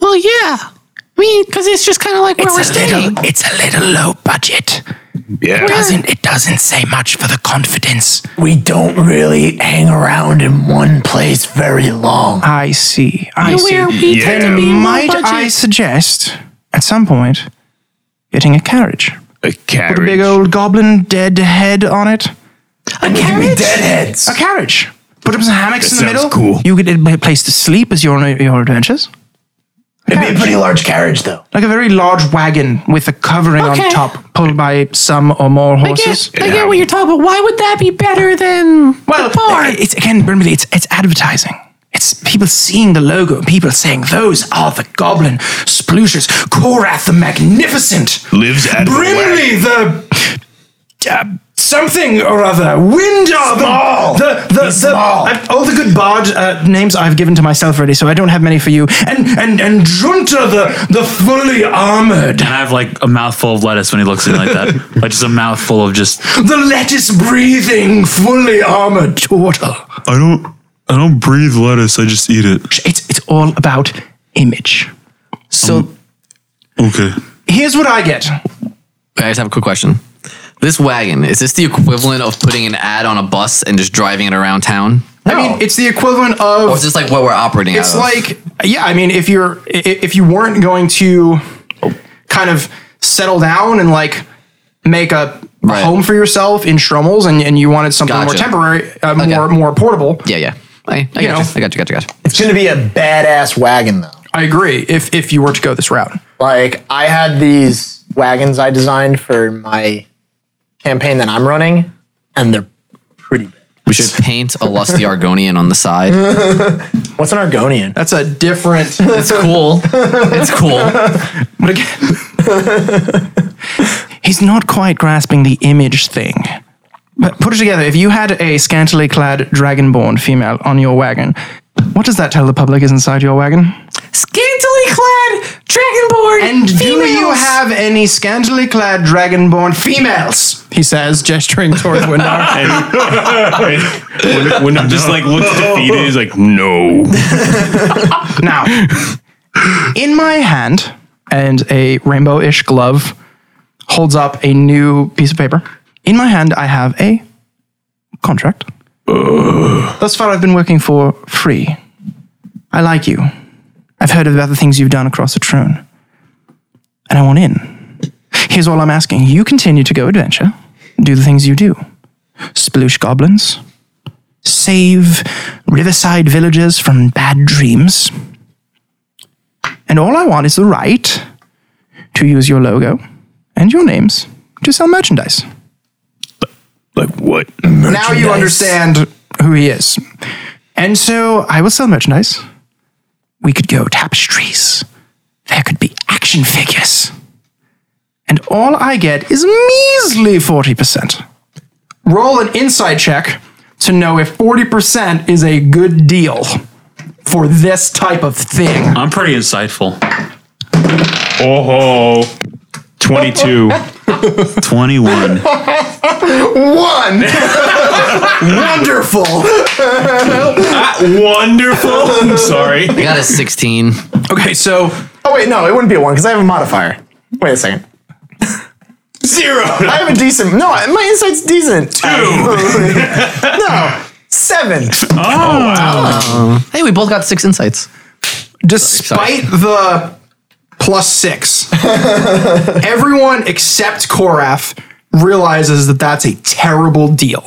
S7: Well, yeah. I mean, because it's just kind of like where we're
S2: it's a
S7: staying.
S2: little it's a little low budget
S1: Yeah,
S2: doesn't it doesn't say much for the confidence
S5: We don't really hang around in one place very long.
S2: i see i see
S7: where we tend to be more
S2: Might
S7: budget.
S2: I suggest, at some point, getting a carriage?
S1: a carriage.
S2: with a big old goblin dead head on it.
S5: A carriage? Deadheads.
S2: A carriage. Put up some hammocks in the
S1: sounds
S2: middle.
S1: cool.
S2: You get a place to sleep as you're on your adventures.
S5: It'd be a pretty large carriage, though.
S2: Like a very large wagon with a covering
S7: Okay.
S2: on top, pulled by some or more
S7: I get,
S2: horses.
S7: I get what you're talking about. Why would that be better than
S2: Well,
S7: the bar?
S2: it's again, Brimley, it's it's advertising. It's people seeing the logo, people saying those are the Goblin Splooshes, Korath the Magnificent,
S1: Lives at the
S2: Brimley the, uh, something or other, Windar
S5: Small.
S2: the the, the,
S5: He's
S2: the
S5: small.
S2: uh, all the good bard uh, names I've given to myself already, so I don't have many for you. And and and Junta the the fully armored,
S4: I have like a mouthful of lettuce when he looks at me like that. like just a mouthful of just.
S2: the lettuce breathing, fully armored tortoise.
S8: I don't. I don't breathe lettuce. I just eat it.
S2: It's it's all about image.
S3: So
S8: Okay.
S2: Here's what I get.
S3: I just have a quick question. This wagon, is this the equivalent of putting an ad on a bus and just driving it around town?
S2: I mean, it's the equivalent of.
S3: Or is this like what we're operating
S2: it's
S3: out of?
S2: like, yeah. I mean, if you're i- if you weren't going to kind of settle down and like make a
S3: Right.
S2: home for yourself in Strommels and, and you wanted something more
S3: Gotcha.
S2: temporary, uh, more more portable.
S3: Yeah, yeah. I, I,
S2: You
S3: got
S2: know.
S3: you. I got you, got you, got you.
S5: It's going to be a badass wagon, though.
S2: I agree. If if you were to go this route,
S5: Like, I had these wagons I designed for my campaign that I'm running, and they're pretty big.
S3: We should paint a lusty Argonian on the side.
S5: What's an Argonian?
S2: that's a different.
S3: It's cool. It's cool.
S2: But again, he's not quite grasping the image thing. But put it together. If you had a scantily clad dragonborn female on your wagon, what does that tell the public is inside your wagon?
S7: Scantily clad dragonborn
S2: And do you
S7: females.
S2: have any scantily clad dragonborn females? He says, gesturing toward Windar.
S1: When I'm just like looks defeated, he's like, no.
S2: now, in my hand, and a rainbow ish glove holds up a new piece of paper. In my hand, I have a contract. Thus far, I've been working for free. I like you. I've heard about the things you've done across the Trone. And I want in. Here's all I'm asking you continue to go adventure, do the things you do, sploosh goblins, save riverside villagers from bad dreams. And all I want is the right to use your logo and your names to sell merchandise.
S1: Like what?
S2: Now you understand who he is. And so I will sell merchandise. We could go tapestries. There could be action figures. And all I get is measly 40%. Roll an inside check to know if 40% is a good deal for this type of thing.
S4: I'm pretty insightful.
S1: Oh, 22.
S4: 21.
S2: One! Wonderful!
S1: Wonderful. I'm sorry.
S3: I got a 16.
S2: Okay, so
S5: Oh, wait, no, it wouldn't be a one because I have a modifier. Wait a second.
S1: Zero.
S5: I have a decent. No, my insight's decent. Two. no, seven.
S3: Hey, we both got six insights.
S2: despite the plus six, everyone except Korath realizes that that's a terrible deal.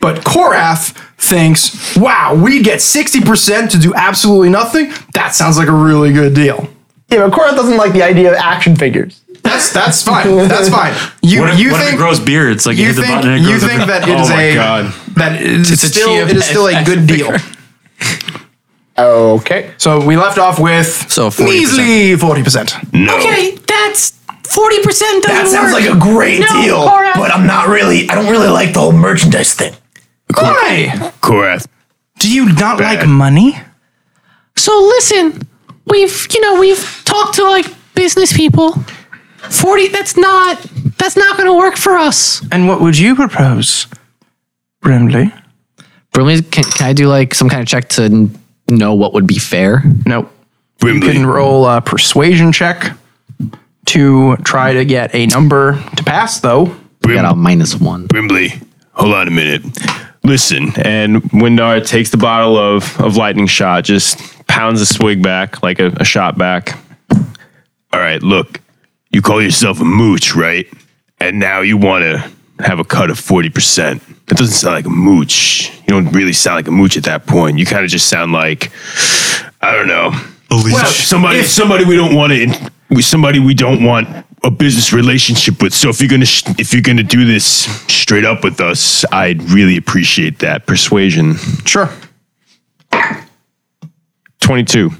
S2: But Korath thinks, wow, we get 60% to do absolutely nothing? That sounds like a really good deal.
S5: Yeah, but Cora doesn't like the idea of action figures.
S2: That's that's fine. That's fine. You
S4: What if,
S2: you
S4: what if
S2: think
S4: it grows beards? Like you,
S2: you
S4: hit the
S2: think
S4: button and it
S2: you
S4: grows a
S2: think
S4: beard.
S2: that it
S1: Oh
S2: is
S1: my
S2: a
S1: God.
S2: that it is
S3: a
S2: still
S3: chia
S2: it is still a good deal.
S5: Okay.
S2: So we left off with
S3: So 40%.
S2: measly forty percent.
S1: No.
S7: Okay, that's forty percent.
S5: That sounds like a great
S7: No,
S5: deal,
S7: Cora.
S5: but I'm not really. I don't really like the whole merchandise thing.
S2: Why?
S1: Korath.
S2: Do you not
S1: Bad.
S2: like money?
S7: So listen, we've you know we've talked to like business people. Forty. That's not. That's not going to work for us.
S2: And what would you propose, Brimley?
S3: Brimley, can, can I do like some kind of check to n- know what would be fair?
S2: Nope. You can
S1: Brimley.
S2: roll a persuasion check to try to get a number to pass, though.
S3: We got a minus one.
S1: Brimley. Hold on a minute. Listen. And Windar takes the bottle of, of lightning shot, just pounds a swig back, like a, a shot back. All right, look. You call yourself a mooch, right? and now you want to have a cut of 40%. That doesn't sound like a mooch. You don't really sound like a mooch at that point. You kind of just sound like, I don't know,
S8: A leech.
S1: somebody, somebody we don't want to, we somebody we don't want a business relationship with. So if you're gonna, sh- if you're gonna do this straight up with us, I'd really appreciate that persuasion.
S2: Sure.
S1: 22.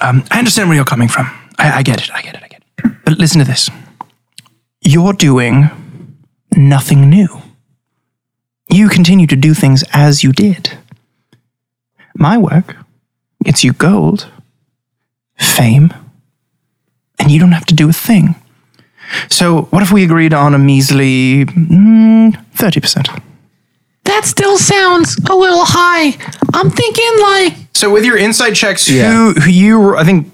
S2: Um, I understand where you're coming from. I, I get it. I get it. I get it. But listen to this. You're doing nothing new. You continue to do things as you did. My work gets you gold, fame, and you don't have to do a thing. So, what if we agreed on a measly mm, 30%?
S7: That still sounds a little high. I'm thinking like
S2: So, with your inside checks, who, who you, I think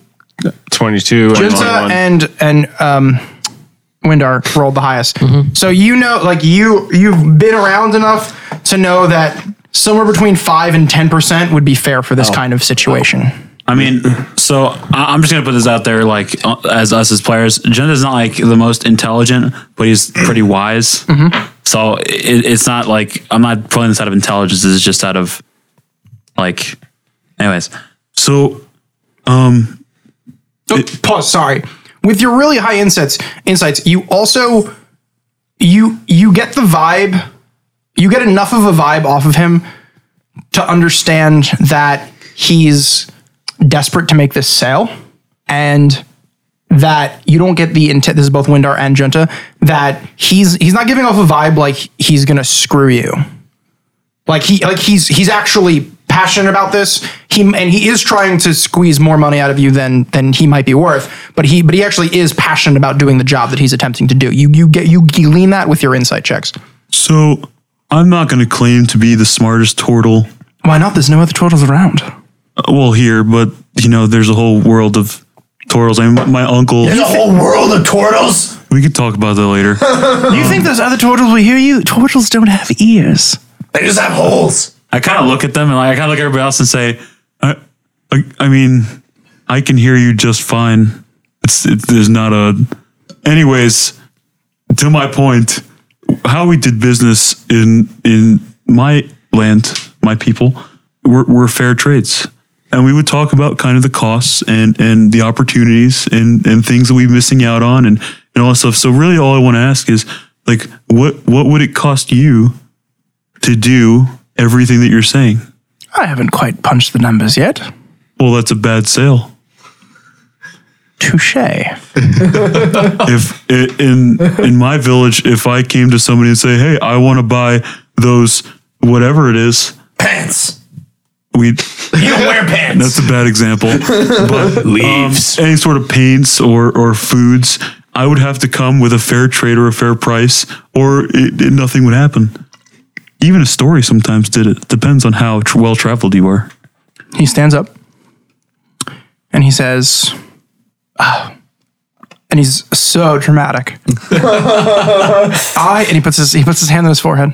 S1: 22. and
S2: Junta
S1: 21.
S2: and and um, Windar rolled the highest. So you know, like you you've been around enough to know that somewhere between five and ten percent would be fair for this kind of situation.
S4: I mean, so I- I'm just gonna put this out there, like uh, as us as players, Jenda's not like the most intelligent, but he's pretty wise.
S3: Mm-hmm.
S4: So it, it's not like I'm not pulling this out of intelligence. This is just out of like, anyways.
S8: So, um,
S2: Oh, pause. Sorry. With your really high insights, insights, you also you you get the vibe. You get enough of a vibe off of him to understand that he's desperate to make this sale, and that you don't get the intent. This is both Windar and Junta. That he's he's not giving off a vibe like he's gonna screw you. Like he like he's he's actually passionate about this. He and he is trying to squeeze more money out of you than than he might be worth. But he but he actually is passionate about doing the job that he's attempting to do. You you get you glean that with your insight checks.
S8: so I'm not going to claim to be the smartest turtle,
S2: Why not? There's no other turtles around.
S8: uh, well, here, but you know, there's a whole world of turtles. I mean, my uncle,
S5: The whole world of turtles.
S8: we could talk about that later.
S2: You think those other turtles will hear you? Turtles don't have ears.
S5: They just have holes.
S4: I kind of look at them and like I kind of look at everybody else and say,
S8: I, I, I mean, I can hear you just fine. It's it, there's not a. Anyways, to my point, how we did business in in my land, my people, were, were fair trades, and we would talk about kind of the costs and and the opportunities and and things that we're missing out on and and all that stuff. So really, all I want to ask is like, what what would it cost you to do everything that you're saying?
S2: I haven't quite punched the numbers yet.
S8: Well, that's a bad sale.
S2: Touche.
S5: Oh.
S8: if i- in in my village, if I came to somebody and say, "Hey, I want to buy those whatever it is,"
S5: Pants.
S8: we
S5: You don't wear pants.
S8: that's a bad example. But um,
S1: Leaves.
S8: any sort of paints or or foods, I would have to come with a fair trade or a fair price, or it, it- nothing would happen. Even a story sometimes did it. Depends on how tr well traveled you are.
S2: He stands up and he says, "Ah," and he's so dramatic. I and he puts his he puts his hand on his forehead.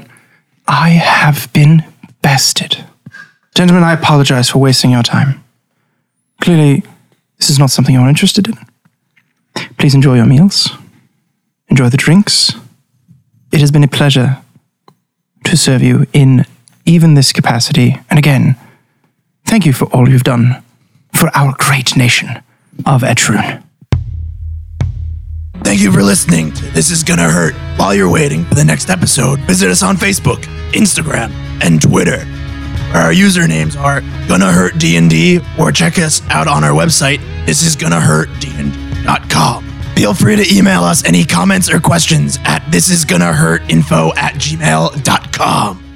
S2: I have been bested, gentlemen. I apologize for wasting your time. Clearly, this is not something you're interested in. Please enjoy your meals, enjoy the drinks. It has been a pleasure to serve you in even this capacity. And again, Thank you for all you've done for our great nation of Etrun.
S5: Thank you for listening. to This is gonna hurt. While you're waiting for the next episode, visit us on Facebook, Instagram, and Twitter. Where our usernames are gonna hurt D&D or check us out on our website this is gonna hurt D&D.com. Feel free to email us any comments or questions at this is gonna hurt info at gmail.com.